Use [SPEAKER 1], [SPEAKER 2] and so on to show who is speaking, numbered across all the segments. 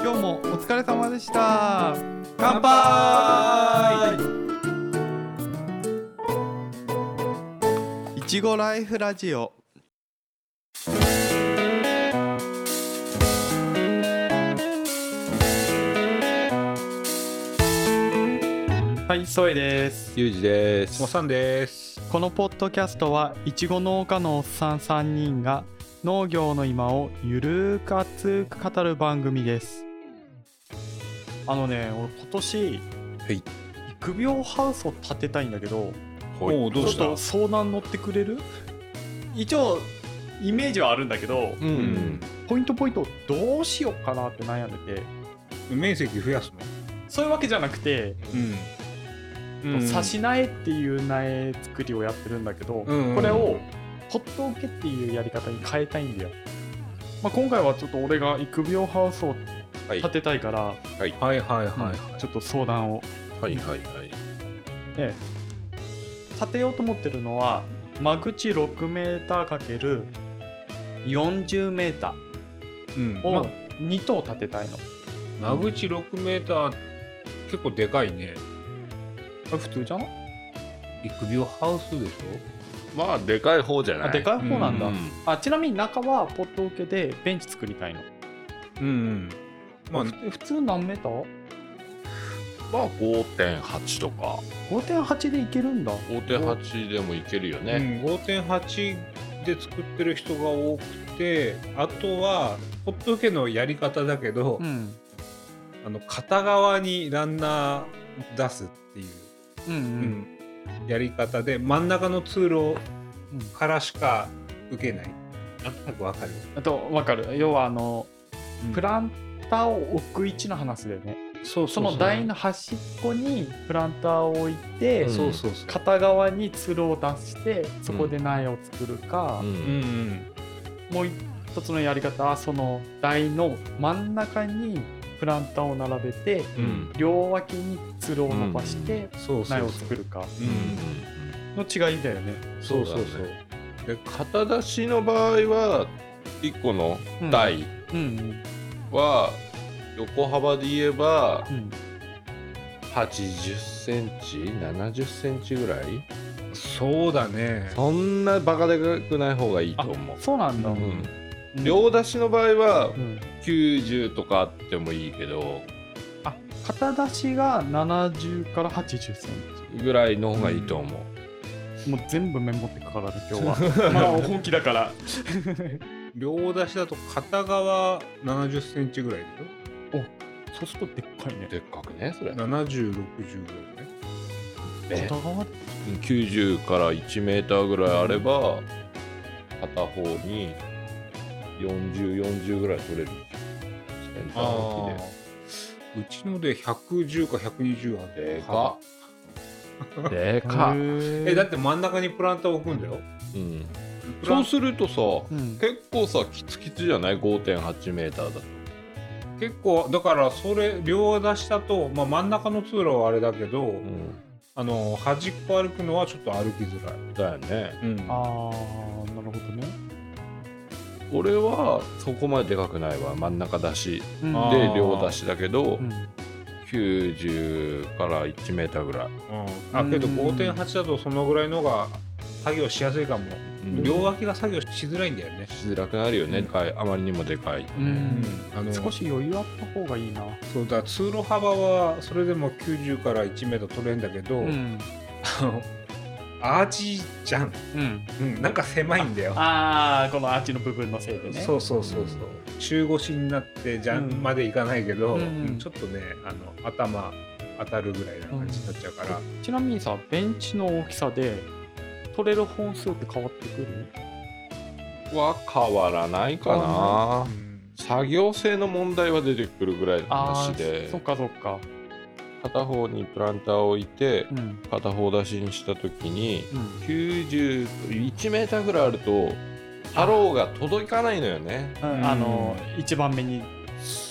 [SPEAKER 1] 今日もお疲れ様でした乾
[SPEAKER 2] 乾
[SPEAKER 1] 杯いちごライフラジオはい、ソエです
[SPEAKER 2] ゆうじです。
[SPEAKER 3] おさんです。
[SPEAKER 1] このポッドキャストはいちご農家のおっさん3人が農業の今をゆるーく熱く語る番組ですあのね俺今年
[SPEAKER 2] はい
[SPEAKER 1] 育苗ハウスを建てたいんだけど
[SPEAKER 3] はい
[SPEAKER 2] おうどうし
[SPEAKER 1] ちょったと？相談乗ってくれる一応イメージはあるんだけど
[SPEAKER 2] う
[SPEAKER 3] うんん。
[SPEAKER 1] ポイントポイントをどうしようかなって悩んでて
[SPEAKER 3] 面積増やすの？
[SPEAKER 1] そういうわけじゃなくて
[SPEAKER 3] うん。
[SPEAKER 1] 差し苗っていう苗作りをやってるんだけど、
[SPEAKER 3] うんうん
[SPEAKER 1] これをほっと受けっていうやり方に変えたいんだよ、まあ、今回はちょっと俺が育苗ハウスを
[SPEAKER 2] はい
[SPEAKER 1] 建てたいから、
[SPEAKER 3] はいはいはいはい。
[SPEAKER 1] ちょっと相談を、
[SPEAKER 2] はいはいはい。
[SPEAKER 1] ええ建てようと思ってるのは間口 6m×40m
[SPEAKER 3] うん。
[SPEAKER 1] を
[SPEAKER 3] ま
[SPEAKER 1] 2棟建てたいの、
[SPEAKER 3] 間口6メーター結構でかいね。
[SPEAKER 1] あ普通じゃん
[SPEAKER 3] 育苗ハウスでし
[SPEAKER 2] まあでかい方じゃない。
[SPEAKER 1] あでかい方なんだ、
[SPEAKER 2] うん
[SPEAKER 1] あちなみに中はポット受けでベンチ作りたいの、
[SPEAKER 3] ょ？うんうん。まあ
[SPEAKER 1] ふ普通何メーター
[SPEAKER 2] まあ5.8とか
[SPEAKER 1] ?5.8 でいけるんだ
[SPEAKER 2] 5.8でもいけるよね。
[SPEAKER 3] うん、5.8で作ってる人が多くてあとはホット受けのやり方だけど、
[SPEAKER 1] うん
[SPEAKER 3] あの片側にランナー出すっていう、
[SPEAKER 1] うんう
[SPEAKER 3] うんんやり方で真ん中の通路
[SPEAKER 1] うん
[SPEAKER 3] からしか受けない。なんとなくわかる。
[SPEAKER 1] あと分かる要はあの
[SPEAKER 3] うん
[SPEAKER 1] プランターを置く位置の話だよね
[SPEAKER 3] そう
[SPEAKER 1] その台の端っこにプランターを置いて、
[SPEAKER 2] うん
[SPEAKER 3] そうそうそう。
[SPEAKER 1] 片側につるを出してそこで苗を作るか
[SPEAKER 2] う、。
[SPEAKER 3] うんん
[SPEAKER 1] もう一つのやり方はその台の真ん中にプランターを並べて
[SPEAKER 2] うん。うん。
[SPEAKER 1] 両脇につるを伸ばして
[SPEAKER 3] うん。そうそう
[SPEAKER 1] 苗
[SPEAKER 3] そ
[SPEAKER 1] を
[SPEAKER 3] う。
[SPEAKER 1] 作るか
[SPEAKER 3] う
[SPEAKER 2] うん
[SPEAKER 3] ん。
[SPEAKER 1] の違いだよね、
[SPEAKER 3] そうそう
[SPEAKER 2] そ
[SPEAKER 3] そう
[SPEAKER 2] だ
[SPEAKER 3] う。
[SPEAKER 2] で肩出しの場合は1個の
[SPEAKER 1] うん、
[SPEAKER 2] 台
[SPEAKER 1] うんうん
[SPEAKER 2] は横幅で言えば
[SPEAKER 1] うん
[SPEAKER 2] 80センチ70センチぐらい
[SPEAKER 3] そうだね。
[SPEAKER 2] そんなバカでかくない方がいいと思う、
[SPEAKER 1] そうなんだ、
[SPEAKER 3] う
[SPEAKER 2] うん、
[SPEAKER 1] うん
[SPEAKER 2] 両出しの場合は
[SPEAKER 1] うん
[SPEAKER 2] 90とかあってもいいけど
[SPEAKER 1] あ片出しが70から80セン
[SPEAKER 2] ぐらいの方がいいと思う、
[SPEAKER 1] チもう全部メモってかからる今日 はまあ本気だから
[SPEAKER 3] 両出しだと片側70センチぐらいだよ。
[SPEAKER 1] そうするとでっかいね
[SPEAKER 2] でっかくねそれ、
[SPEAKER 3] 70、60ぐらいね。
[SPEAKER 2] え
[SPEAKER 1] 片側で
[SPEAKER 2] 90から1メーターぐらいあれば片方に4040ぐらい取れるセンターの木で
[SPEAKER 3] うちので110か120あって。
[SPEAKER 2] でかっでかっ、
[SPEAKER 3] え、
[SPEAKER 1] え
[SPEAKER 3] だって真ん中にプランター置くんだよ。
[SPEAKER 2] うん、
[SPEAKER 3] プラ
[SPEAKER 2] そ
[SPEAKER 3] ン
[SPEAKER 2] うするとさ
[SPEAKER 1] うん
[SPEAKER 2] 結構さキツキツじゃない5.8メーターだと
[SPEAKER 3] 結構、だからそれ、両出しだと、まあ真ん中の通路はあれだけど、
[SPEAKER 2] うん
[SPEAKER 3] あの、端っこ歩くのはちょっと歩きづらい。
[SPEAKER 2] だよね
[SPEAKER 3] う
[SPEAKER 1] あ
[SPEAKER 3] ん。
[SPEAKER 1] ーなるほどね、
[SPEAKER 2] 俺はそこまででかくないわ真ん中出し
[SPEAKER 1] うん
[SPEAKER 3] あー
[SPEAKER 2] で両出しだけど、
[SPEAKER 1] うん
[SPEAKER 2] 90から1メーターぐらい、
[SPEAKER 3] あけど
[SPEAKER 1] うん
[SPEAKER 3] 5.8だとそのぐらいのが作業しやすいかも、
[SPEAKER 2] うん
[SPEAKER 3] 両脇が作業しづらいんだよね、
[SPEAKER 2] しづらくなるよね、
[SPEAKER 3] うん
[SPEAKER 2] かいあまりにもでかい、
[SPEAKER 1] うん
[SPEAKER 3] あの
[SPEAKER 1] 少し余裕あった方がいいな
[SPEAKER 3] そうだから通路幅はそれでも90から1メートル取れんだけど、
[SPEAKER 1] うん
[SPEAKER 3] あのアーチじゃん、
[SPEAKER 1] うん
[SPEAKER 3] うん、なんか狭いんだよ
[SPEAKER 1] ああこのアーチの部分のせいでね
[SPEAKER 3] そうそうそうそう中腰になってじゃん
[SPEAKER 1] うん
[SPEAKER 3] までいかないけど、
[SPEAKER 1] うん
[SPEAKER 3] うんちょっとねあの頭当たるぐらいな感じになっちゃうから、
[SPEAKER 1] ちなみにさベンチの大きさで取れる本数って変わってくる
[SPEAKER 2] は変わらないかな
[SPEAKER 1] 変わ
[SPEAKER 3] うん
[SPEAKER 2] 作業性の問題は出てくるぐらいの話で
[SPEAKER 1] ーそっかそっか
[SPEAKER 2] 片方にプランターを置いて
[SPEAKER 1] うん
[SPEAKER 2] 片方出しにした時に
[SPEAKER 1] うん
[SPEAKER 2] 91メーターぐらいあるとハローが届かないのよね
[SPEAKER 3] ん
[SPEAKER 1] あの一番目に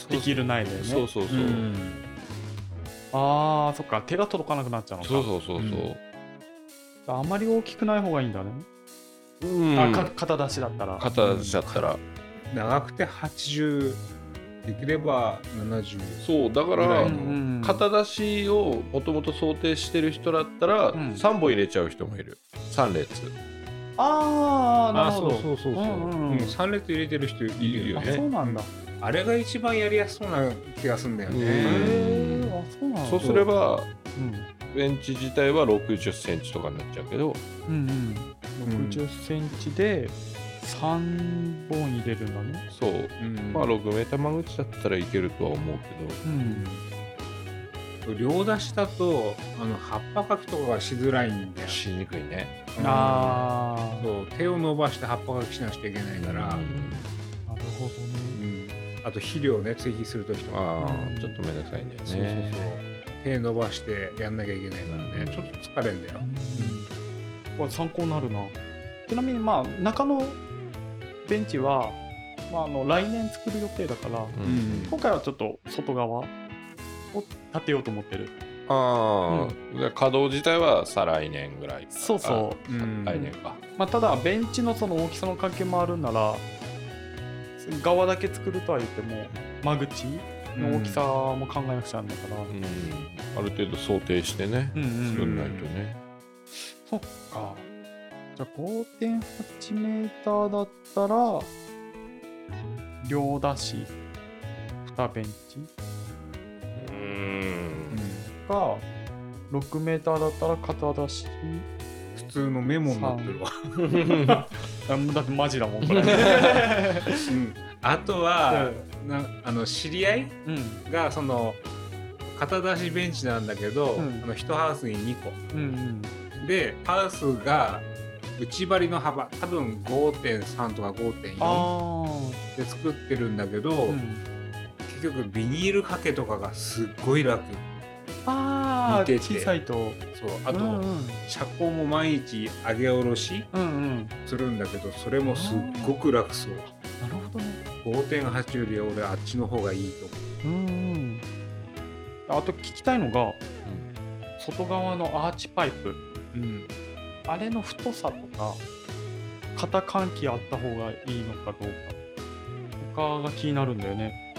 [SPEAKER 1] できる苗だよね
[SPEAKER 2] そうそうそう、
[SPEAKER 1] ああそっか手が届かなくなっちゃうのか
[SPEAKER 2] そうそうそうそう
[SPEAKER 1] あまり大きくない方がいいんだね、
[SPEAKER 2] うん
[SPEAKER 1] あか肩出しだったら
[SPEAKER 2] 片出しだったら
[SPEAKER 3] 長くて80できれば70
[SPEAKER 2] そうだか
[SPEAKER 3] ぐ
[SPEAKER 2] ら
[SPEAKER 3] らい
[SPEAKER 1] うんうん
[SPEAKER 2] 肩出しをもともと想定してる人だったら
[SPEAKER 1] うん
[SPEAKER 2] 3本入れちゃう人もいる3列
[SPEAKER 1] ああな
[SPEAKER 3] あ
[SPEAKER 1] る
[SPEAKER 3] そ
[SPEAKER 1] ほ
[SPEAKER 3] う
[SPEAKER 1] ど
[SPEAKER 3] そうそうそう、
[SPEAKER 1] うんうんうん
[SPEAKER 3] 3列入れてる人いるよ
[SPEAKER 1] あ
[SPEAKER 3] ね
[SPEAKER 1] そうなんだへ
[SPEAKER 3] あれが一番やりやすそうな気がするんだよ
[SPEAKER 2] うん
[SPEAKER 3] ね
[SPEAKER 1] えあそうなんだ
[SPEAKER 2] そうすれば
[SPEAKER 1] うん
[SPEAKER 2] ベンチ自体は6 0ンチとかになっちゃうけど
[SPEAKER 1] うん
[SPEAKER 3] う
[SPEAKER 1] うん
[SPEAKER 3] ん
[SPEAKER 1] 6 0ンチで3本入れるんだね
[SPEAKER 2] そう
[SPEAKER 3] うん
[SPEAKER 2] まあ6メーター間口だったらいけるとは思うけど
[SPEAKER 1] うん
[SPEAKER 3] 両出しだとあの葉っぱかきとかがしづらいんだよ、
[SPEAKER 2] しにくいね
[SPEAKER 3] うん
[SPEAKER 1] あ
[SPEAKER 3] そう手を伸ばして葉っぱかきしなくちゃいけないから、
[SPEAKER 2] うん
[SPEAKER 1] あなるほどね
[SPEAKER 3] うんあと肥料ね追肥するときとか
[SPEAKER 2] ああちょっとめんどくさいんだよ
[SPEAKER 3] そうそう
[SPEAKER 2] ね
[SPEAKER 3] そう手伸ばしてやんなきゃいけないからねちょっと疲れんだよ
[SPEAKER 1] これ参考になるなちなみにまあ中のベンチは、まあ、あの来年作る予定だから
[SPEAKER 2] うん
[SPEAKER 1] 今回はちょっと外側を立てようと思ってる
[SPEAKER 2] ああ、で稼働自体は再来年ぐらい
[SPEAKER 1] そうそう
[SPEAKER 3] うん
[SPEAKER 2] 来年か
[SPEAKER 1] う、まあ、ただベンチのその大きさの関係もあるなら側だけ作るとは言っても間口の大きさも考えなくちゃなんだから、
[SPEAKER 2] うんある程度想定してね
[SPEAKER 1] うんうん
[SPEAKER 2] 作んないとね
[SPEAKER 1] そっか。じゃあ5.8メーターだったら、両出し、2ベンチ
[SPEAKER 2] うん
[SPEAKER 1] が、6メーターだったら片出し。
[SPEAKER 3] 普通のメモになってるわ、
[SPEAKER 1] あもうだってマジだもん、こ れ。
[SPEAKER 3] うんあとは、なあの知り合い
[SPEAKER 1] うん。
[SPEAKER 3] がその肩出しベンチなんだけど、
[SPEAKER 1] うん
[SPEAKER 3] あの1ハウスに2個
[SPEAKER 1] うんうん。
[SPEAKER 3] でハウスが内張りの幅多分5.3とか5.4
[SPEAKER 1] あ
[SPEAKER 3] で作ってるんだけど、
[SPEAKER 1] あ。うん、
[SPEAKER 3] 結局ビニール掛けとかがすっごい楽
[SPEAKER 1] ああ、
[SPEAKER 3] 見てて
[SPEAKER 1] 小さいと。
[SPEAKER 3] そうあと、
[SPEAKER 1] うんうん。
[SPEAKER 3] 車高も毎日上げ下ろし
[SPEAKER 1] うんうん。
[SPEAKER 3] するんだけどそれもすっごく楽そう
[SPEAKER 1] なるほどね。
[SPEAKER 3] 5.8より俺あっちの方がいいと思
[SPEAKER 1] うんうん。あと聞きたいのが、外側のアーチパイプ。
[SPEAKER 3] う、うん、
[SPEAKER 1] あれの太さとか肩換気あった方がいいのかどうか他が気になるんだよね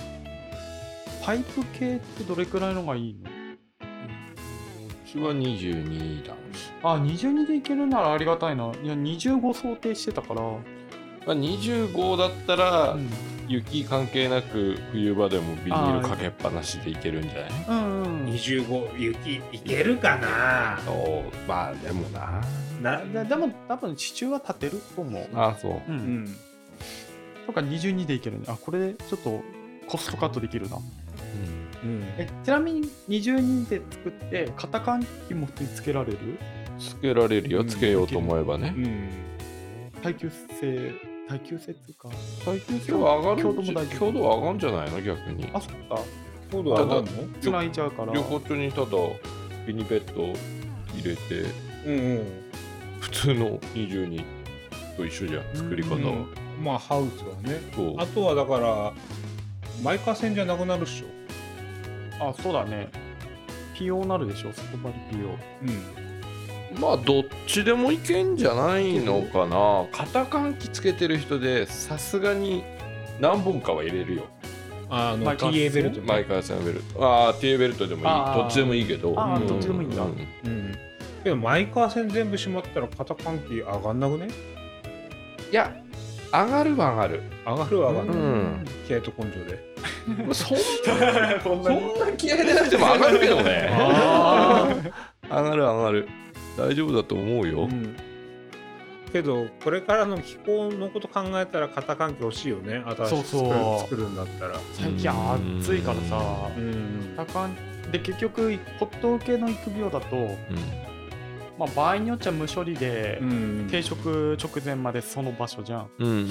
[SPEAKER 1] パイプ系ってどれくらいのがいいの
[SPEAKER 2] うちは22だ
[SPEAKER 1] あ22でいけるならありがたいないや25想定してたから、う
[SPEAKER 2] まあ25だったら
[SPEAKER 1] ん、
[SPEAKER 2] 雪関係なく冬場でもビニールかけっぱなしでいけるんじゃない
[SPEAKER 1] うんうん
[SPEAKER 3] 25雪いけるかな
[SPEAKER 2] おまあでもな
[SPEAKER 3] な
[SPEAKER 1] ででも多分支柱は立てると思う
[SPEAKER 2] あそう
[SPEAKER 1] う
[SPEAKER 3] うんん
[SPEAKER 1] とか22でいけるねあこれちょっとコストカットできるな
[SPEAKER 3] うん
[SPEAKER 1] えちなみに22で作って肩換気も普通につけられる
[SPEAKER 2] つけられるよ
[SPEAKER 3] うん
[SPEAKER 2] つけようと思えばね
[SPEAKER 3] うん
[SPEAKER 1] 耐久性耐久性っていうか
[SPEAKER 2] 最近今日上がる
[SPEAKER 1] 強度も大事
[SPEAKER 2] 強度は上がるんじゃないの逆に
[SPEAKER 1] あそっか
[SPEAKER 3] 強度上がるの
[SPEAKER 1] つないじゃうから
[SPEAKER 2] 両方とにただビニペット入れて
[SPEAKER 3] うん
[SPEAKER 2] 普通の22と一緒じゃん作り方
[SPEAKER 3] うん、
[SPEAKER 2] は、
[SPEAKER 3] うん、まあハウスはね
[SPEAKER 2] そう
[SPEAKER 3] あとはだからマイカー線じゃなくなるっしょ
[SPEAKER 1] あそうだね PO なるでしょ外張り PO
[SPEAKER 3] うん
[SPEAKER 2] まあどっちでもいけんじゃないのかな肩換気つけてる人でさすがに何本かは入れるよ
[SPEAKER 3] あの
[SPEAKER 1] マイカー線
[SPEAKER 3] TA ベルトね
[SPEAKER 2] 毎回3ベルトああ T ベルトでもいい
[SPEAKER 1] あー
[SPEAKER 2] どっちでもいいけど
[SPEAKER 1] あ
[SPEAKER 3] ー
[SPEAKER 2] うん
[SPEAKER 3] どっち
[SPEAKER 1] でもいいんだ
[SPEAKER 2] う
[SPEAKER 3] うんけどマイカー線全部しまったら肩換気上がんなくね
[SPEAKER 2] いや上がるは上がる
[SPEAKER 3] 上がるは上がる、
[SPEAKER 2] うん
[SPEAKER 3] 気合と根性で
[SPEAKER 2] まあそん
[SPEAKER 1] そん
[SPEAKER 2] そんな気合い出なくても上がるけどね
[SPEAKER 1] あ
[SPEAKER 2] 上がる上がる大丈夫だと思うよ、
[SPEAKER 3] うんけどこれからの気候のこと考えたら肩関係欲しいよね新しく
[SPEAKER 1] そうそう
[SPEAKER 3] 作る作るんだったら
[SPEAKER 1] ー最近暑いからさ
[SPEAKER 3] うん
[SPEAKER 1] 多感で結局骨董系の育苗だと、まあ、場合によっちゃ無処理で、
[SPEAKER 3] うん
[SPEAKER 1] 定食直前までその場所じゃん、
[SPEAKER 2] うんうんうん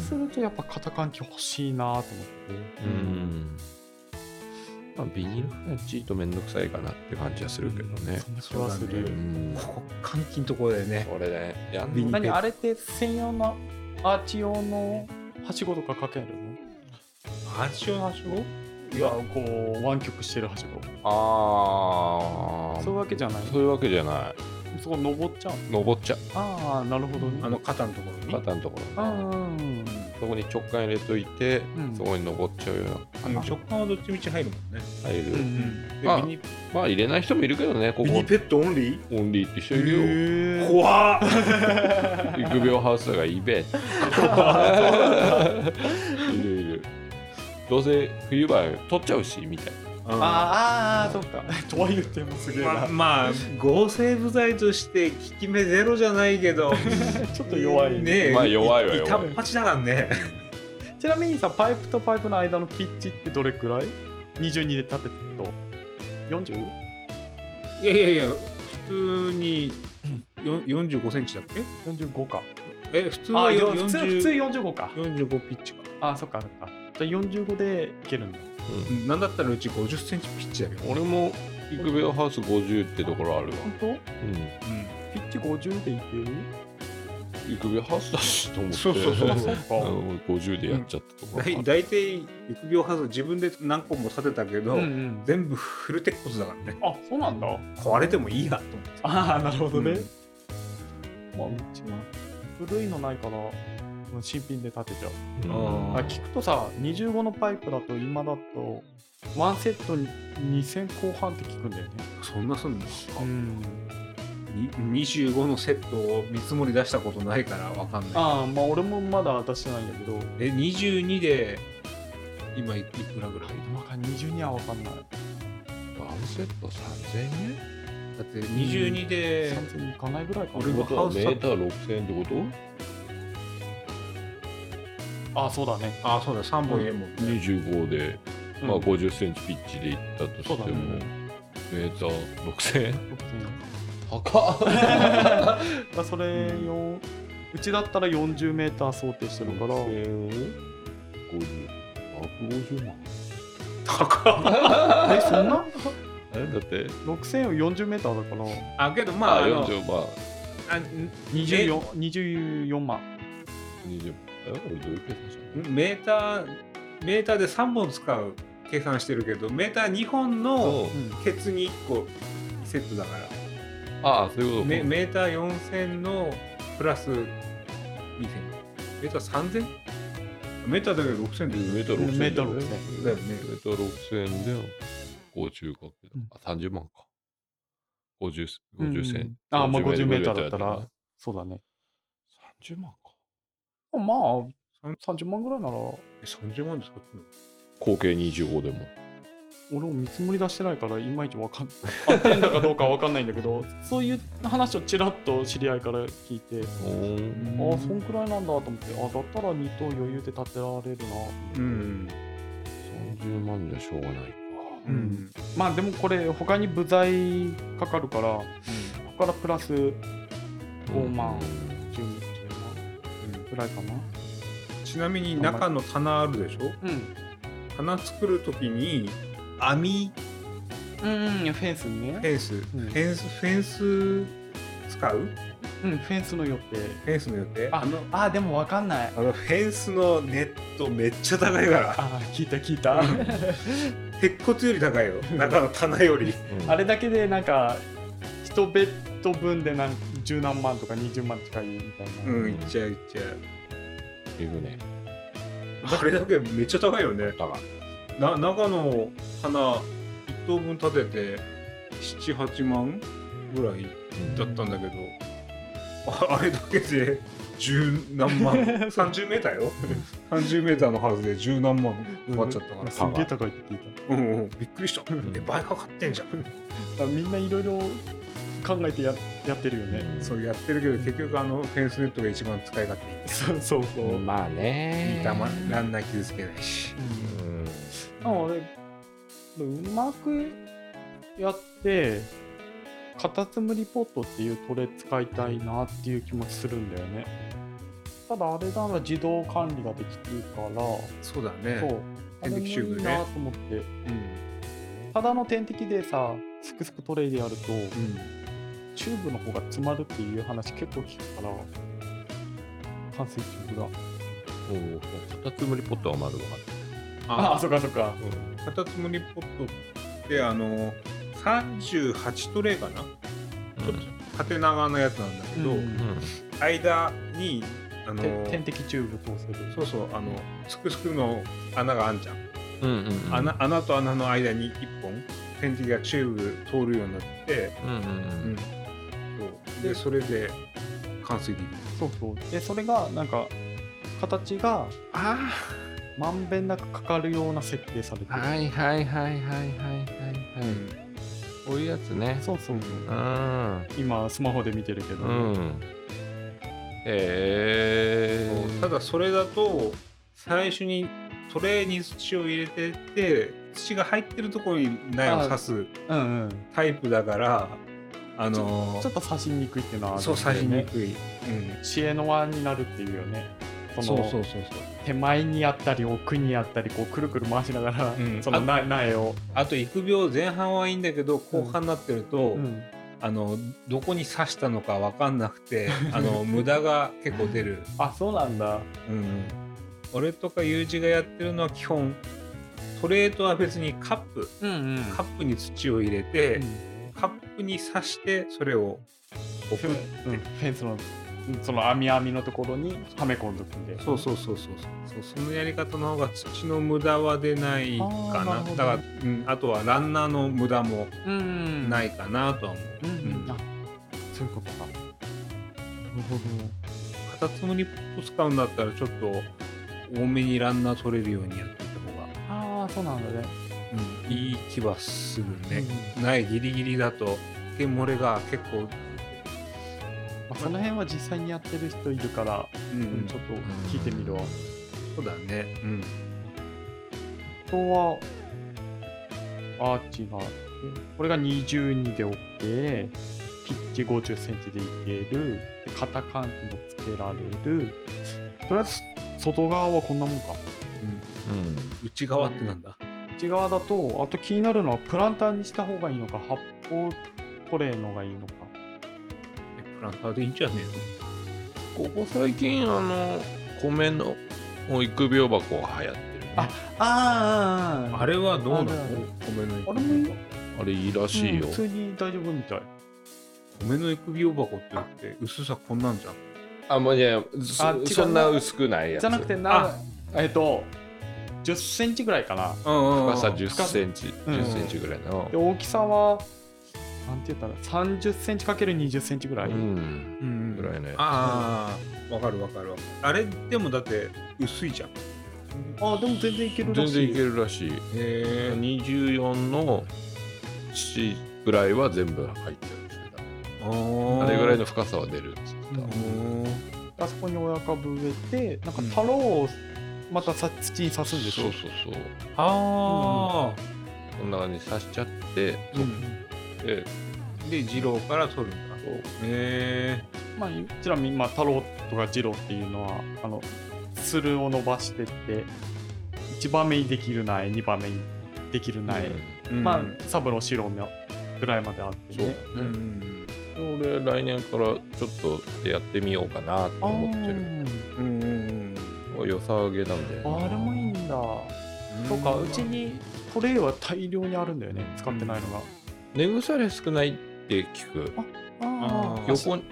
[SPEAKER 1] そうするとやっぱ肩換気欲しいなと思って
[SPEAKER 2] うん、まあ、ビニールフライチーとめんどくさいかなって感じはするけどね、
[SPEAKER 1] そんな気はする、
[SPEAKER 3] そうだね
[SPEAKER 2] ん
[SPEAKER 3] ここ換気のところでね
[SPEAKER 2] これねやん
[SPEAKER 3] ビニ
[SPEAKER 2] の
[SPEAKER 1] 何あれって専用のアーチ用のはしごとかかけるの
[SPEAKER 3] はしごはしご
[SPEAKER 1] いやこう湾曲してるはしご
[SPEAKER 2] ああ
[SPEAKER 1] そういうわけじゃない
[SPEAKER 2] そういうわけじゃない
[SPEAKER 1] そこ登っちゃう
[SPEAKER 2] 登っちゃう
[SPEAKER 1] ああなるほどね
[SPEAKER 3] あの肩のところに。
[SPEAKER 2] 肩のとこ
[SPEAKER 1] あ
[SPEAKER 2] ろ
[SPEAKER 1] ーうん
[SPEAKER 2] そこに直感入れといて、
[SPEAKER 1] うん
[SPEAKER 2] そこに登っちゃうような
[SPEAKER 3] うん食感はどっちみち入るもんね。
[SPEAKER 2] 入る、
[SPEAKER 1] うん
[SPEAKER 3] で
[SPEAKER 2] あ
[SPEAKER 3] ミニ
[SPEAKER 2] まあ入れない人もいるけどねここ
[SPEAKER 4] ミニペットオンリ
[SPEAKER 2] オンリーって人いるよ、
[SPEAKER 4] ー
[SPEAKER 1] へー
[SPEAKER 4] 怖っ
[SPEAKER 2] 育苗ハウスがいいべいるいるどうせ冬場取っちゃうしみたい
[SPEAKER 3] あ
[SPEAKER 1] あーあーそっか とは言ってもすげえな、
[SPEAKER 3] まあ、まあ、合成部材として効き目ゼロじゃないけど
[SPEAKER 1] ちょっと弱い
[SPEAKER 3] ねえ
[SPEAKER 2] まあ弱いわ弱い
[SPEAKER 3] 板っ端だからね
[SPEAKER 1] ちなみにさパイプとパイプの間のピッチってどれくらい ?22 で立ててると 40?
[SPEAKER 3] いやいやいや普通によ45センチだっけ
[SPEAKER 1] 45か。
[SPEAKER 3] え普通
[SPEAKER 1] あ
[SPEAKER 3] は
[SPEAKER 1] ー、
[SPEAKER 3] よ
[SPEAKER 1] よ普通普通
[SPEAKER 3] 40
[SPEAKER 1] 45か。
[SPEAKER 3] 45ピッチか
[SPEAKER 1] あー、そっかそっか。じゃあ45でいけるんだ。
[SPEAKER 3] うんなんだったらうち50センチピッチだけど、
[SPEAKER 2] 俺も育苗ハウス50ってところあるわ、
[SPEAKER 1] 本
[SPEAKER 2] う
[SPEAKER 1] 当ピッチ50でいける
[SPEAKER 2] ん、育苗ハウスだしと思って
[SPEAKER 3] そうそうそう
[SPEAKER 1] あ、そっか。
[SPEAKER 2] うん50でやっちゃったところある、
[SPEAKER 3] だい大体育苗ハウス自分で何個も立てたけど、
[SPEAKER 1] うんうん。
[SPEAKER 3] 全部フル鉄骨だからね
[SPEAKER 1] あ、そうなんだ。
[SPEAKER 3] 壊れてもいいやと思って
[SPEAKER 1] ああ、なるほどね。
[SPEAKER 3] うん
[SPEAKER 1] まあ、うちは古いのないから、もう新品で立てちゃう。
[SPEAKER 2] うん
[SPEAKER 1] あ聞くとさ、25のパイプだと今だと、ワンセットに2000後半って聞くんだよね。
[SPEAKER 3] そんなすんの
[SPEAKER 1] うん。
[SPEAKER 3] に25のセットを見積もり出したことないからわかんない
[SPEAKER 1] ああ、まあ俺もまだ出してないんだけど、
[SPEAKER 3] え22で今いいくらぐらい
[SPEAKER 1] まあ22はわかんない。
[SPEAKER 2] ワンセット3000円
[SPEAKER 3] だって22で
[SPEAKER 1] 3000いかないぐらいかな
[SPEAKER 3] 俺
[SPEAKER 2] って
[SPEAKER 3] も
[SPEAKER 2] ことはメーター6000円ってこ
[SPEAKER 1] あそうだね
[SPEAKER 3] あそうだ3本ええもん
[SPEAKER 2] と
[SPEAKER 3] ね
[SPEAKER 2] ?25 で、
[SPEAKER 1] うん
[SPEAKER 2] まあ、50センチピッチでいったとして
[SPEAKER 1] そうだ
[SPEAKER 2] も、
[SPEAKER 1] ね
[SPEAKER 2] メーター6000円
[SPEAKER 1] 6000
[SPEAKER 2] 高っ
[SPEAKER 1] まあそれよ、うちだったら 40m 想定してるから
[SPEAKER 2] 6000円を50 150万
[SPEAKER 3] 高っ
[SPEAKER 1] えそんな
[SPEAKER 2] あれだって
[SPEAKER 1] 6000を 40m だから
[SPEAKER 3] あけどま
[SPEAKER 2] あ
[SPEAKER 3] ああの
[SPEAKER 2] 40万
[SPEAKER 3] あん
[SPEAKER 1] 24, 24万
[SPEAKER 2] 20え俺どういう計算したの
[SPEAKER 3] メーターメーターで3本使う計算してるけどメーター2本の
[SPEAKER 1] うん
[SPEAKER 3] ケツに1個セットだから
[SPEAKER 2] ああそういうこと
[SPEAKER 3] メ
[SPEAKER 2] か
[SPEAKER 3] メーター4000のプラス2000メーター 3000? メーターだけで6000で
[SPEAKER 2] メーター6000円
[SPEAKER 1] メーター6000
[SPEAKER 3] だよね
[SPEAKER 2] メーター6000円で50かけた
[SPEAKER 1] うん
[SPEAKER 2] あ30万か50
[SPEAKER 1] うん
[SPEAKER 2] 50セン
[SPEAKER 1] あまあ
[SPEAKER 2] 50m
[SPEAKER 1] 50m だったらそうだね
[SPEAKER 2] 30万か
[SPEAKER 1] まあ30万ぐらいなら
[SPEAKER 3] え30万で使ってんの
[SPEAKER 2] 合計25でも
[SPEAKER 1] 俺も見積もり出してないからいまいちわかん合ってんだかどうかわかんないんだけ どそういう話をちらっと知り合いから聞いてあ
[SPEAKER 2] おー
[SPEAKER 1] あそんくらいなんだと思ってあだったら2等余裕で建てられるな
[SPEAKER 3] うん
[SPEAKER 2] 30万じゃしょうがないか
[SPEAKER 1] うんまあでもこれ他に部材かかるからここからプラス10
[SPEAKER 2] う
[SPEAKER 1] お
[SPEAKER 2] ん
[SPEAKER 1] まあ万ぐらいかな
[SPEAKER 3] ちなみに中の棚あるでしょ
[SPEAKER 1] うん
[SPEAKER 3] 棚作る時に網
[SPEAKER 1] うんフェンスにね
[SPEAKER 3] フェンスフ
[SPEAKER 1] うん
[SPEAKER 3] ェンスフェンス使う
[SPEAKER 1] うんフェンスの予定
[SPEAKER 3] フェンスの予定
[SPEAKER 1] あのあでもわかんない
[SPEAKER 3] あのフェンスのネットめっちゃ高いから
[SPEAKER 1] あ聞いた聞いた
[SPEAKER 3] 鉄骨より高いよ中の棚よ り
[SPEAKER 2] うん
[SPEAKER 1] あれだけでなんか一ベッド分でなん十何万とか20万近いみたいな、
[SPEAKER 3] うんいっちゃういっちゃう
[SPEAKER 2] いるね
[SPEAKER 3] あれだけめっちゃ高いよね
[SPEAKER 2] 高い
[SPEAKER 3] な中の棚一等分立てて78万ぐらいだったんだけど、ああれだけで十何 万30メーターよ30メーターのハウスで十何万かかっちゃったから
[SPEAKER 1] す
[SPEAKER 3] さ、
[SPEAKER 1] げえ高いって聞いた
[SPEAKER 3] うんうん、びっくりした、
[SPEAKER 1] ん
[SPEAKER 3] え倍かかってんじゃん
[SPEAKER 1] だからみんないろいろ考えてややってるよね、
[SPEAKER 3] そうやってるけど結局あのフェンスネットが一番使い勝手いい
[SPEAKER 1] そう そうそう、
[SPEAKER 2] うんまあね
[SPEAKER 3] 板もランナー傷つけないし
[SPEAKER 2] うん
[SPEAKER 1] でも俺うまくやってカタツムリポットっていうトレ使いたいなっていう気もするんだよねただあれなら自動管理ができてるから、
[SPEAKER 3] そうだね
[SPEAKER 1] そうあれも
[SPEAKER 3] 点滴チューブ
[SPEAKER 1] いい
[SPEAKER 3] ね
[SPEAKER 1] なと思って
[SPEAKER 3] うん
[SPEAKER 1] ただの点滴でさすくすくトレイでやると
[SPEAKER 3] うん
[SPEAKER 1] チューブの方が詰まるっていう話結構聞くから完成チューブが
[SPEAKER 2] うんカタツムリポットはまだ分かっ
[SPEAKER 1] ああそっかそっか
[SPEAKER 3] カタツムリポットってあの38トレイかな、
[SPEAKER 2] た
[SPEAKER 3] ちょっと縦長のやつなんだけど、
[SPEAKER 1] うん
[SPEAKER 3] 間にあの
[SPEAKER 1] て点滴チューブ通せる
[SPEAKER 3] そうそうあのすくすくの穴があんじゃん、
[SPEAKER 2] うんうんうんうん
[SPEAKER 3] 穴穴と穴の間に1本点滴がチューブ通るようになって、
[SPEAKER 2] うんうん
[SPEAKER 3] そうでそれで完遂できる
[SPEAKER 1] そうそうでそれがなんか形が
[SPEAKER 3] あ
[SPEAKER 1] まんべんなくかかるような設計されて
[SPEAKER 2] うん
[SPEAKER 1] る、
[SPEAKER 2] はいはいはいはいはいはい
[SPEAKER 3] あ
[SPEAKER 2] はいこういうやつね
[SPEAKER 1] そうそうそううん今スマホで見てるけど、
[SPEAKER 2] うんへえ
[SPEAKER 3] ただそれだと最初にトレーに土を入れてって土が入ってるところに苗を刺す
[SPEAKER 1] うんうん
[SPEAKER 3] タイプだからあの
[SPEAKER 1] ちょっと刺しにくいっていうのはあるん
[SPEAKER 3] そう
[SPEAKER 1] ですよ
[SPEAKER 3] 刺し
[SPEAKER 1] ね
[SPEAKER 3] にくい、
[SPEAKER 1] 知恵の輪になるっていうよね
[SPEAKER 3] う
[SPEAKER 1] そ
[SPEAKER 3] ん、
[SPEAKER 1] の
[SPEAKER 3] そうそうそうそう
[SPEAKER 1] 手前にあったり奥にあったりこうくるくる回しながら、
[SPEAKER 3] うん
[SPEAKER 1] そのな苗を、
[SPEAKER 3] あと育苗前半はいいんだけど後半になってると、
[SPEAKER 1] うん
[SPEAKER 3] あのどこに刺したのか分かんなく てあの無駄が結構出る、
[SPEAKER 1] あそうなんだ
[SPEAKER 3] うん、俺とか友人がやってるのは基本トレーとは別にカップ
[SPEAKER 1] うんうん
[SPEAKER 3] カップに土を入れて、カップに刺してそれを置く
[SPEAKER 1] うん、フェンスのその網網のところにはめ込んどくんで
[SPEAKER 3] そうそうそうそうそうそうそのやり方の方が土の無駄は出ない
[SPEAKER 1] あー
[SPEAKER 3] か
[SPEAKER 1] なる
[SPEAKER 3] な
[SPEAKER 1] ほど
[SPEAKER 3] だから、うん、あとはランナーの無駄も
[SPEAKER 1] うん、
[SPEAKER 3] ないいかなとは思う、
[SPEAKER 1] うん
[SPEAKER 3] うん
[SPEAKER 1] あそういうことかなるほど
[SPEAKER 3] カタツムリポット使うんだったらちょっと多めにランナー取れるようにやっていた方が
[SPEAKER 1] ああそうなんだね
[SPEAKER 3] うんいい気はするね、ないギリギリだと手漏れが結構、
[SPEAKER 1] まあ、その辺は実際にやってる人いるから、
[SPEAKER 3] うん
[SPEAKER 1] うんちょっと聞いてみるわ、
[SPEAKER 2] うん
[SPEAKER 3] そうだねうん
[SPEAKER 1] あとはアーチがあってこれが22で OK ピッチ5 0ンチでいけるで肩関節もつけられるとりあえず外側はこんなもんか
[SPEAKER 2] うん
[SPEAKER 3] 内側ってなんだ、
[SPEAKER 1] 内側だとあと気になるのはプランターにした方がいいのか発泡トレーのがいいのか
[SPEAKER 3] えプランターでいいんじゃね
[SPEAKER 2] ここ最近あの米の育苗箱が流行ってる、ね、
[SPEAKER 1] あ
[SPEAKER 2] あ
[SPEAKER 1] あ
[SPEAKER 3] え
[SPEAKER 1] あ
[SPEAKER 3] のあれはどう
[SPEAKER 1] あ
[SPEAKER 3] なの
[SPEAKER 1] るある
[SPEAKER 3] 米の
[SPEAKER 1] あ
[SPEAKER 3] 育
[SPEAKER 1] れもいい
[SPEAKER 3] 苗
[SPEAKER 1] よ
[SPEAKER 2] れいいらしいよ、
[SPEAKER 1] うん普通に大丈夫みたい
[SPEAKER 3] 箱米の育苗箱ってだって薄さこんなんじゃん
[SPEAKER 2] あもういやそ
[SPEAKER 1] あ違う
[SPEAKER 2] そんな薄くないやつ
[SPEAKER 1] じゃなくてな
[SPEAKER 3] あ
[SPEAKER 1] えっと1 0ンチぐらいかな
[SPEAKER 3] うん
[SPEAKER 2] 深さ
[SPEAKER 1] 深
[SPEAKER 2] 1
[SPEAKER 1] さ
[SPEAKER 2] 0ンチ1
[SPEAKER 1] うん
[SPEAKER 2] 0ンチぐらいの
[SPEAKER 1] で、大きさはなんて言ったら3 0ンチ ×2 0ンチぐらい、
[SPEAKER 2] うん
[SPEAKER 3] うん
[SPEAKER 2] ぐらいのやつ
[SPEAKER 3] ああわかるわかるわかるあれでもだって薄いじゃんへ
[SPEAKER 1] あでも全然いけるら
[SPEAKER 2] 全
[SPEAKER 1] しい
[SPEAKER 2] 然いけるらしい
[SPEAKER 3] え
[SPEAKER 2] 24の土ぐらいは全部入ってる
[SPEAKER 3] あ
[SPEAKER 2] あれぐらいの深さは出るっつってた
[SPEAKER 1] あそこに親株植えてなんか太郎をまたさ土に刺すんでし
[SPEAKER 2] そ
[SPEAKER 1] ょ
[SPEAKER 2] うそうそう
[SPEAKER 3] ああ
[SPEAKER 2] こんな感じに刺しちゃって
[SPEAKER 3] ー、うん
[SPEAKER 2] で
[SPEAKER 3] で二郎から取るんだ
[SPEAKER 1] そう
[SPEAKER 3] へ
[SPEAKER 1] まあちなみに、まあ、太郎とか次郎っていうのはあのつるを伸ばしてって1番目にできる苗2番目にできる苗、
[SPEAKER 3] え、うん
[SPEAKER 1] まあサブロシロのぐらいまであって
[SPEAKER 2] そう
[SPEAKER 1] ね
[SPEAKER 3] う
[SPEAKER 2] ね
[SPEAKER 3] ん
[SPEAKER 2] 俺来年からちょっとやってみようかなと思って
[SPEAKER 3] う
[SPEAKER 2] る
[SPEAKER 3] んうんうん
[SPEAKER 2] 良さげなんだよ
[SPEAKER 1] あーあれもいいんだそうかうちにトレイは大量にあるんだよね使ってないのが、
[SPEAKER 2] 根腐れ少ないって聞く
[SPEAKER 3] あー
[SPEAKER 2] 横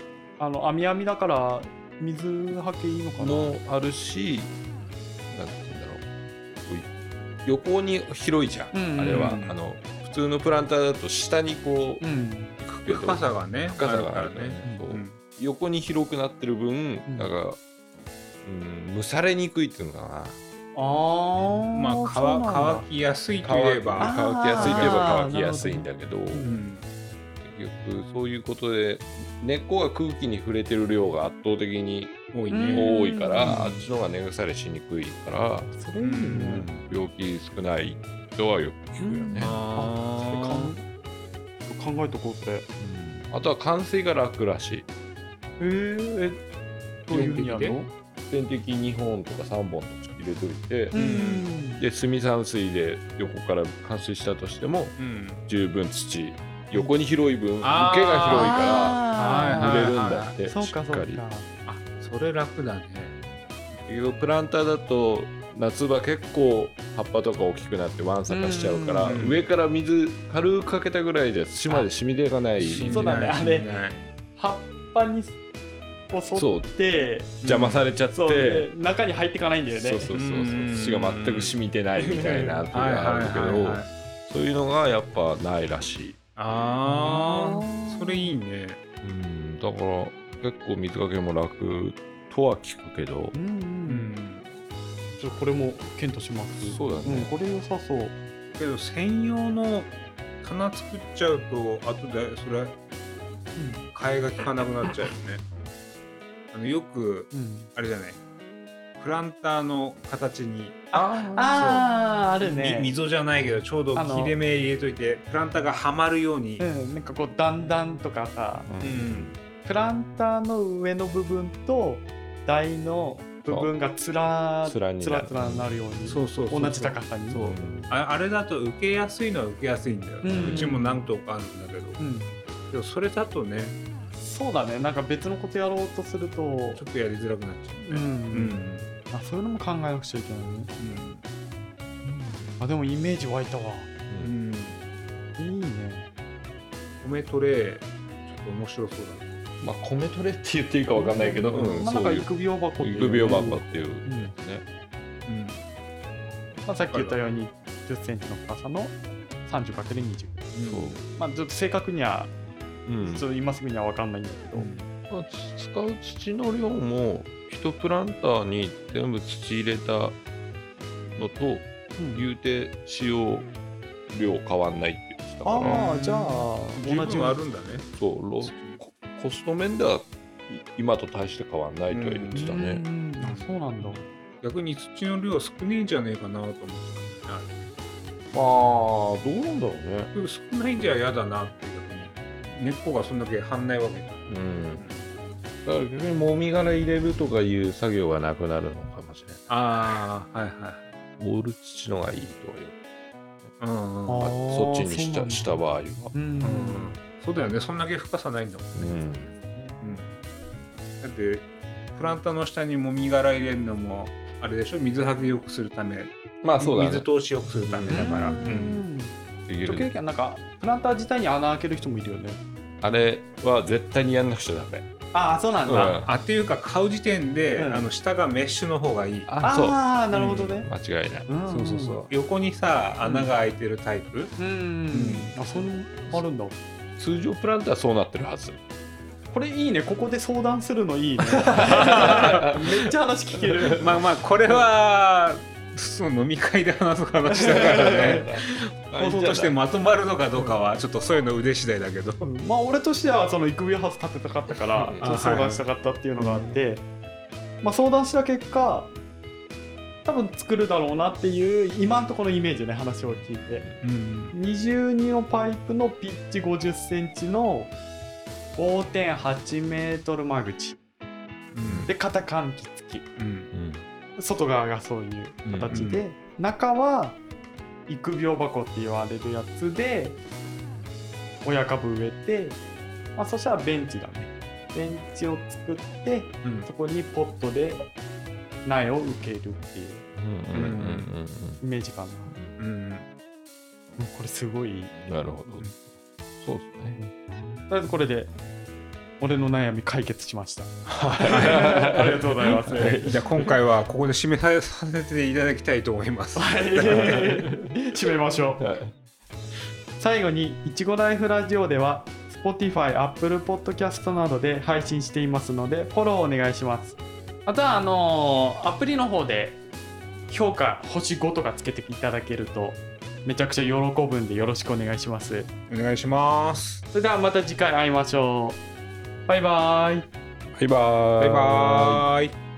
[SPEAKER 1] あの網網だから水はけいいのかな
[SPEAKER 2] のあるしなんて言うんだろうこう横に広いじゃん、
[SPEAKER 1] うん
[SPEAKER 2] あれは、
[SPEAKER 3] うん
[SPEAKER 2] あの普通のプランターだと下にこ
[SPEAKER 1] う
[SPEAKER 2] う
[SPEAKER 1] ん
[SPEAKER 2] 行くけど
[SPEAKER 3] 深さがね
[SPEAKER 2] 深さがある
[SPEAKER 3] か
[SPEAKER 2] からら
[SPEAKER 3] ね
[SPEAKER 2] ね、
[SPEAKER 1] うん
[SPEAKER 2] そう
[SPEAKER 3] うん
[SPEAKER 2] 横に広くなってる分、
[SPEAKER 1] ん
[SPEAKER 2] なんか、うん、蒸されにくいっていうのかな
[SPEAKER 1] あー
[SPEAKER 3] まあ
[SPEAKER 1] そうなんだ
[SPEAKER 3] 乾乾きやすいといえば
[SPEAKER 1] あ
[SPEAKER 2] 乾きやすいといえ
[SPEAKER 1] あ
[SPEAKER 2] ば
[SPEAKER 1] ー
[SPEAKER 2] 乾きやすいんだけど
[SPEAKER 3] うん
[SPEAKER 2] 結局そういうことで根っこが空気に触れてる量が圧倒的に
[SPEAKER 3] 多い
[SPEAKER 1] うん
[SPEAKER 3] ね
[SPEAKER 2] 多いから、
[SPEAKER 3] うん
[SPEAKER 2] あっちの方が根腐れしにくいから、
[SPEAKER 1] それいいね、
[SPEAKER 3] うん
[SPEAKER 2] 病気少ない人はよく聞くよね、
[SPEAKER 1] それ
[SPEAKER 3] あ
[SPEAKER 1] かん考えとこうってへ
[SPEAKER 2] あとは冠水が楽らしい
[SPEAKER 1] えー、えどういうふうにやるの
[SPEAKER 2] 点滴2本とか3本とか入れといて、
[SPEAKER 3] ん
[SPEAKER 2] で炭酸水で横から冠水したとしても
[SPEAKER 3] ーうん
[SPEAKER 2] 十分土横に広い分受け
[SPEAKER 3] あー
[SPEAKER 2] が
[SPEAKER 3] ー
[SPEAKER 2] 広いから
[SPEAKER 1] あ
[SPEAKER 2] 入れ
[SPEAKER 3] はい
[SPEAKER 2] る
[SPEAKER 3] は
[SPEAKER 2] ん
[SPEAKER 3] いはい
[SPEAKER 2] だって
[SPEAKER 1] ーそう
[SPEAKER 2] し
[SPEAKER 1] か
[SPEAKER 2] っ
[SPEAKER 1] そう
[SPEAKER 2] か
[SPEAKER 1] か
[SPEAKER 2] り
[SPEAKER 3] あそれ楽だね
[SPEAKER 2] けどプランターだと夏場結構葉っぱとか大きくなってワンサカしちゃうから
[SPEAKER 3] うん
[SPEAKER 2] 上から水軽くかけたぐらいじゃ土まで染み出がない
[SPEAKER 3] 信じ
[SPEAKER 1] そうだね
[SPEAKER 3] ない
[SPEAKER 1] あれ
[SPEAKER 3] 信じない
[SPEAKER 1] 葉っぱに
[SPEAKER 2] そ
[SPEAKER 1] 襲
[SPEAKER 2] う
[SPEAKER 1] って
[SPEAKER 2] 邪魔されちゃって、
[SPEAKER 1] そうで中に入っていかないんだよね
[SPEAKER 2] そうそうそう
[SPEAKER 3] う
[SPEAKER 2] そうん土が全く染みてないみたいなっていうのがあるけ
[SPEAKER 3] はいはいはいは
[SPEAKER 2] ど
[SPEAKER 3] い
[SPEAKER 2] そういうのがやっぱないらしい
[SPEAKER 3] ああそれいいね
[SPEAKER 2] うんだから結構水かけも楽とは聞くけど
[SPEAKER 1] うんうん、
[SPEAKER 3] うん
[SPEAKER 1] ちょっとこれも検討します
[SPEAKER 2] そうだね
[SPEAKER 1] んこれ良さそう
[SPEAKER 3] けど専用の棚作っちゃうと後でそれ替えが効かなくなっちゃうよね あのよく
[SPEAKER 1] うん
[SPEAKER 3] あれじゃないプランターの形に
[SPEAKER 2] あ
[SPEAKER 1] あああるね
[SPEAKER 3] み溝じゃないけどちょうど
[SPEAKER 1] あの
[SPEAKER 3] 切れ目入れといてプランターがはまるように、
[SPEAKER 1] うん、なんかこう段々とかさ
[SPEAKER 2] う
[SPEAKER 3] うんん
[SPEAKER 1] プランターの上の部分と台の部分がつら
[SPEAKER 2] そう
[SPEAKER 1] つ
[SPEAKER 2] つら
[SPEAKER 1] ら
[SPEAKER 2] になる
[SPEAKER 1] つらなるように
[SPEAKER 3] そうそうそう
[SPEAKER 1] 同じ高さに
[SPEAKER 3] そうああれだと受けやすいのは受けやすいんだよ、
[SPEAKER 1] う
[SPEAKER 3] うんちも何とかあるんだけど、
[SPEAKER 1] うん、
[SPEAKER 3] でもそれだとね
[SPEAKER 1] そうだねなんか別のことやろうとすると
[SPEAKER 3] ちょっとやりづらくなっちゃう
[SPEAKER 1] うん、
[SPEAKER 3] ねうん、うん
[SPEAKER 1] あそういうのも考えなくちゃいけないねあでもイメージ湧いたわ
[SPEAKER 3] うん
[SPEAKER 2] うん
[SPEAKER 1] いいね
[SPEAKER 3] 米トレーちょっと面白そうだね
[SPEAKER 2] まあ米取れって言っていいかわかんないけど、
[SPEAKER 3] う
[SPEAKER 2] うん
[SPEAKER 1] まあ、な
[SPEAKER 2] そ
[SPEAKER 1] んか
[SPEAKER 2] ういう
[SPEAKER 1] 育苗箱っていう
[SPEAKER 2] 育苗箱っていうね、
[SPEAKER 1] うん
[SPEAKER 3] うん
[SPEAKER 1] まあ、さっき言ったように1 0ンチの深さの 30×20 まあちょっと正確には
[SPEAKER 2] そう、うん
[SPEAKER 1] ちょっと今すぐには分かんないんだけど、
[SPEAKER 2] まあつ使う土の量も1プランターに全部土入れたのと
[SPEAKER 1] うん
[SPEAKER 2] 言うて使用量変わんないって言ってたから
[SPEAKER 1] ああじゃあ
[SPEAKER 3] 十
[SPEAKER 1] 同じ
[SPEAKER 3] 分あるんだね
[SPEAKER 2] そうロココスト面ではい今と大して変わんないとは言ってたね、
[SPEAKER 1] うんあそうなんだ
[SPEAKER 3] 逆に土の量少ねえんじゃねえかなと思ってたんだよね
[SPEAKER 2] まあどうなんだろうね
[SPEAKER 3] あれでも少ないんじゃ嫌だなって逆に根っこがそんだけ張んないわけだ
[SPEAKER 2] うんだから逆にもみ殻入れるとかいう作業がなくなるのかもしれ
[SPEAKER 3] ああはいはい
[SPEAKER 2] ないオール土のがいいとは言う
[SPEAKER 3] うんうん
[SPEAKER 1] あー
[SPEAKER 2] そっちにし
[SPEAKER 1] そうなん
[SPEAKER 2] た
[SPEAKER 1] だ
[SPEAKER 2] した場合は
[SPEAKER 1] うん
[SPEAKER 3] うんそうだよねそんだけ深さないんだもん
[SPEAKER 2] うん
[SPEAKER 3] うんだってプランターの下にもみ殻入れるのもあれでしょ水はけよくするため、
[SPEAKER 2] まあそうだね
[SPEAKER 3] 水通しよくするためだから、
[SPEAKER 1] う
[SPEAKER 3] うん
[SPEAKER 1] ん
[SPEAKER 2] できる
[SPEAKER 1] 時々なんかプランター自体に穴開ける人もいるよね
[SPEAKER 2] あれは絶対にやんなくちゃダメ
[SPEAKER 1] ああそうなんだ、
[SPEAKER 2] うん
[SPEAKER 3] あっていうか買う時点で、
[SPEAKER 1] うん
[SPEAKER 3] あの下がメッシュの方がいい
[SPEAKER 2] あそう
[SPEAKER 1] ああなるほどね、
[SPEAKER 2] 間違いない
[SPEAKER 1] うん
[SPEAKER 3] そうそうそう横にさ穴が開いてるタイプ、
[SPEAKER 1] うん、あそれもあるんだ
[SPEAKER 2] 通常プランターはそうなってるはず
[SPEAKER 1] これいいねここで相談するの いいねめっちゃ話聞ける
[SPEAKER 3] まあまあこれはその飲み会で話す話だからね放送としてまとまるのかどうかはちょっとそういうの腕次第だけど
[SPEAKER 1] まあ俺としてはその育苗ハウス建てたかったから
[SPEAKER 2] うん
[SPEAKER 1] ちょっと相談したかったっていうのがあって、まあ、相談した結果多分作るだろうなっていう今のところのイメージね話を聞いて
[SPEAKER 3] うん
[SPEAKER 1] 22のパイプのピッチ5 0ンチの5.8メートル間口で肩換気付き
[SPEAKER 3] うん
[SPEAKER 2] うん
[SPEAKER 1] 外側がそういう形で、
[SPEAKER 3] う
[SPEAKER 1] 中は育苗箱って言われるやつで親株植えて、まあ、そしたらベンチだねベンチを作って
[SPEAKER 3] うん
[SPEAKER 1] そこにポットで苗を受けるっていう
[SPEAKER 2] うんうんうんうん
[SPEAKER 1] イメージかな、
[SPEAKER 3] うん
[SPEAKER 1] うんこれすごい
[SPEAKER 2] うんなるほどそうですね
[SPEAKER 1] とりあえずこれで俺の悩み解決しました。 ありがとうございます。
[SPEAKER 3] はいじゃあ今回はここで締めさせていただきたいと思います。
[SPEAKER 1] 締めましょう。最後にいちごライフラジオでは Spotify、Apple Podcast などで配信していますのでフォローお願いします。またあのーアプリの方で評価星5とかつけていただけるとめちゃくちゃ喜ぶんでよろしくお願いします。
[SPEAKER 3] お願いします。
[SPEAKER 1] それではまた次回会いましょう。バイバイ。
[SPEAKER 2] バイバーイ
[SPEAKER 3] バイバーイ。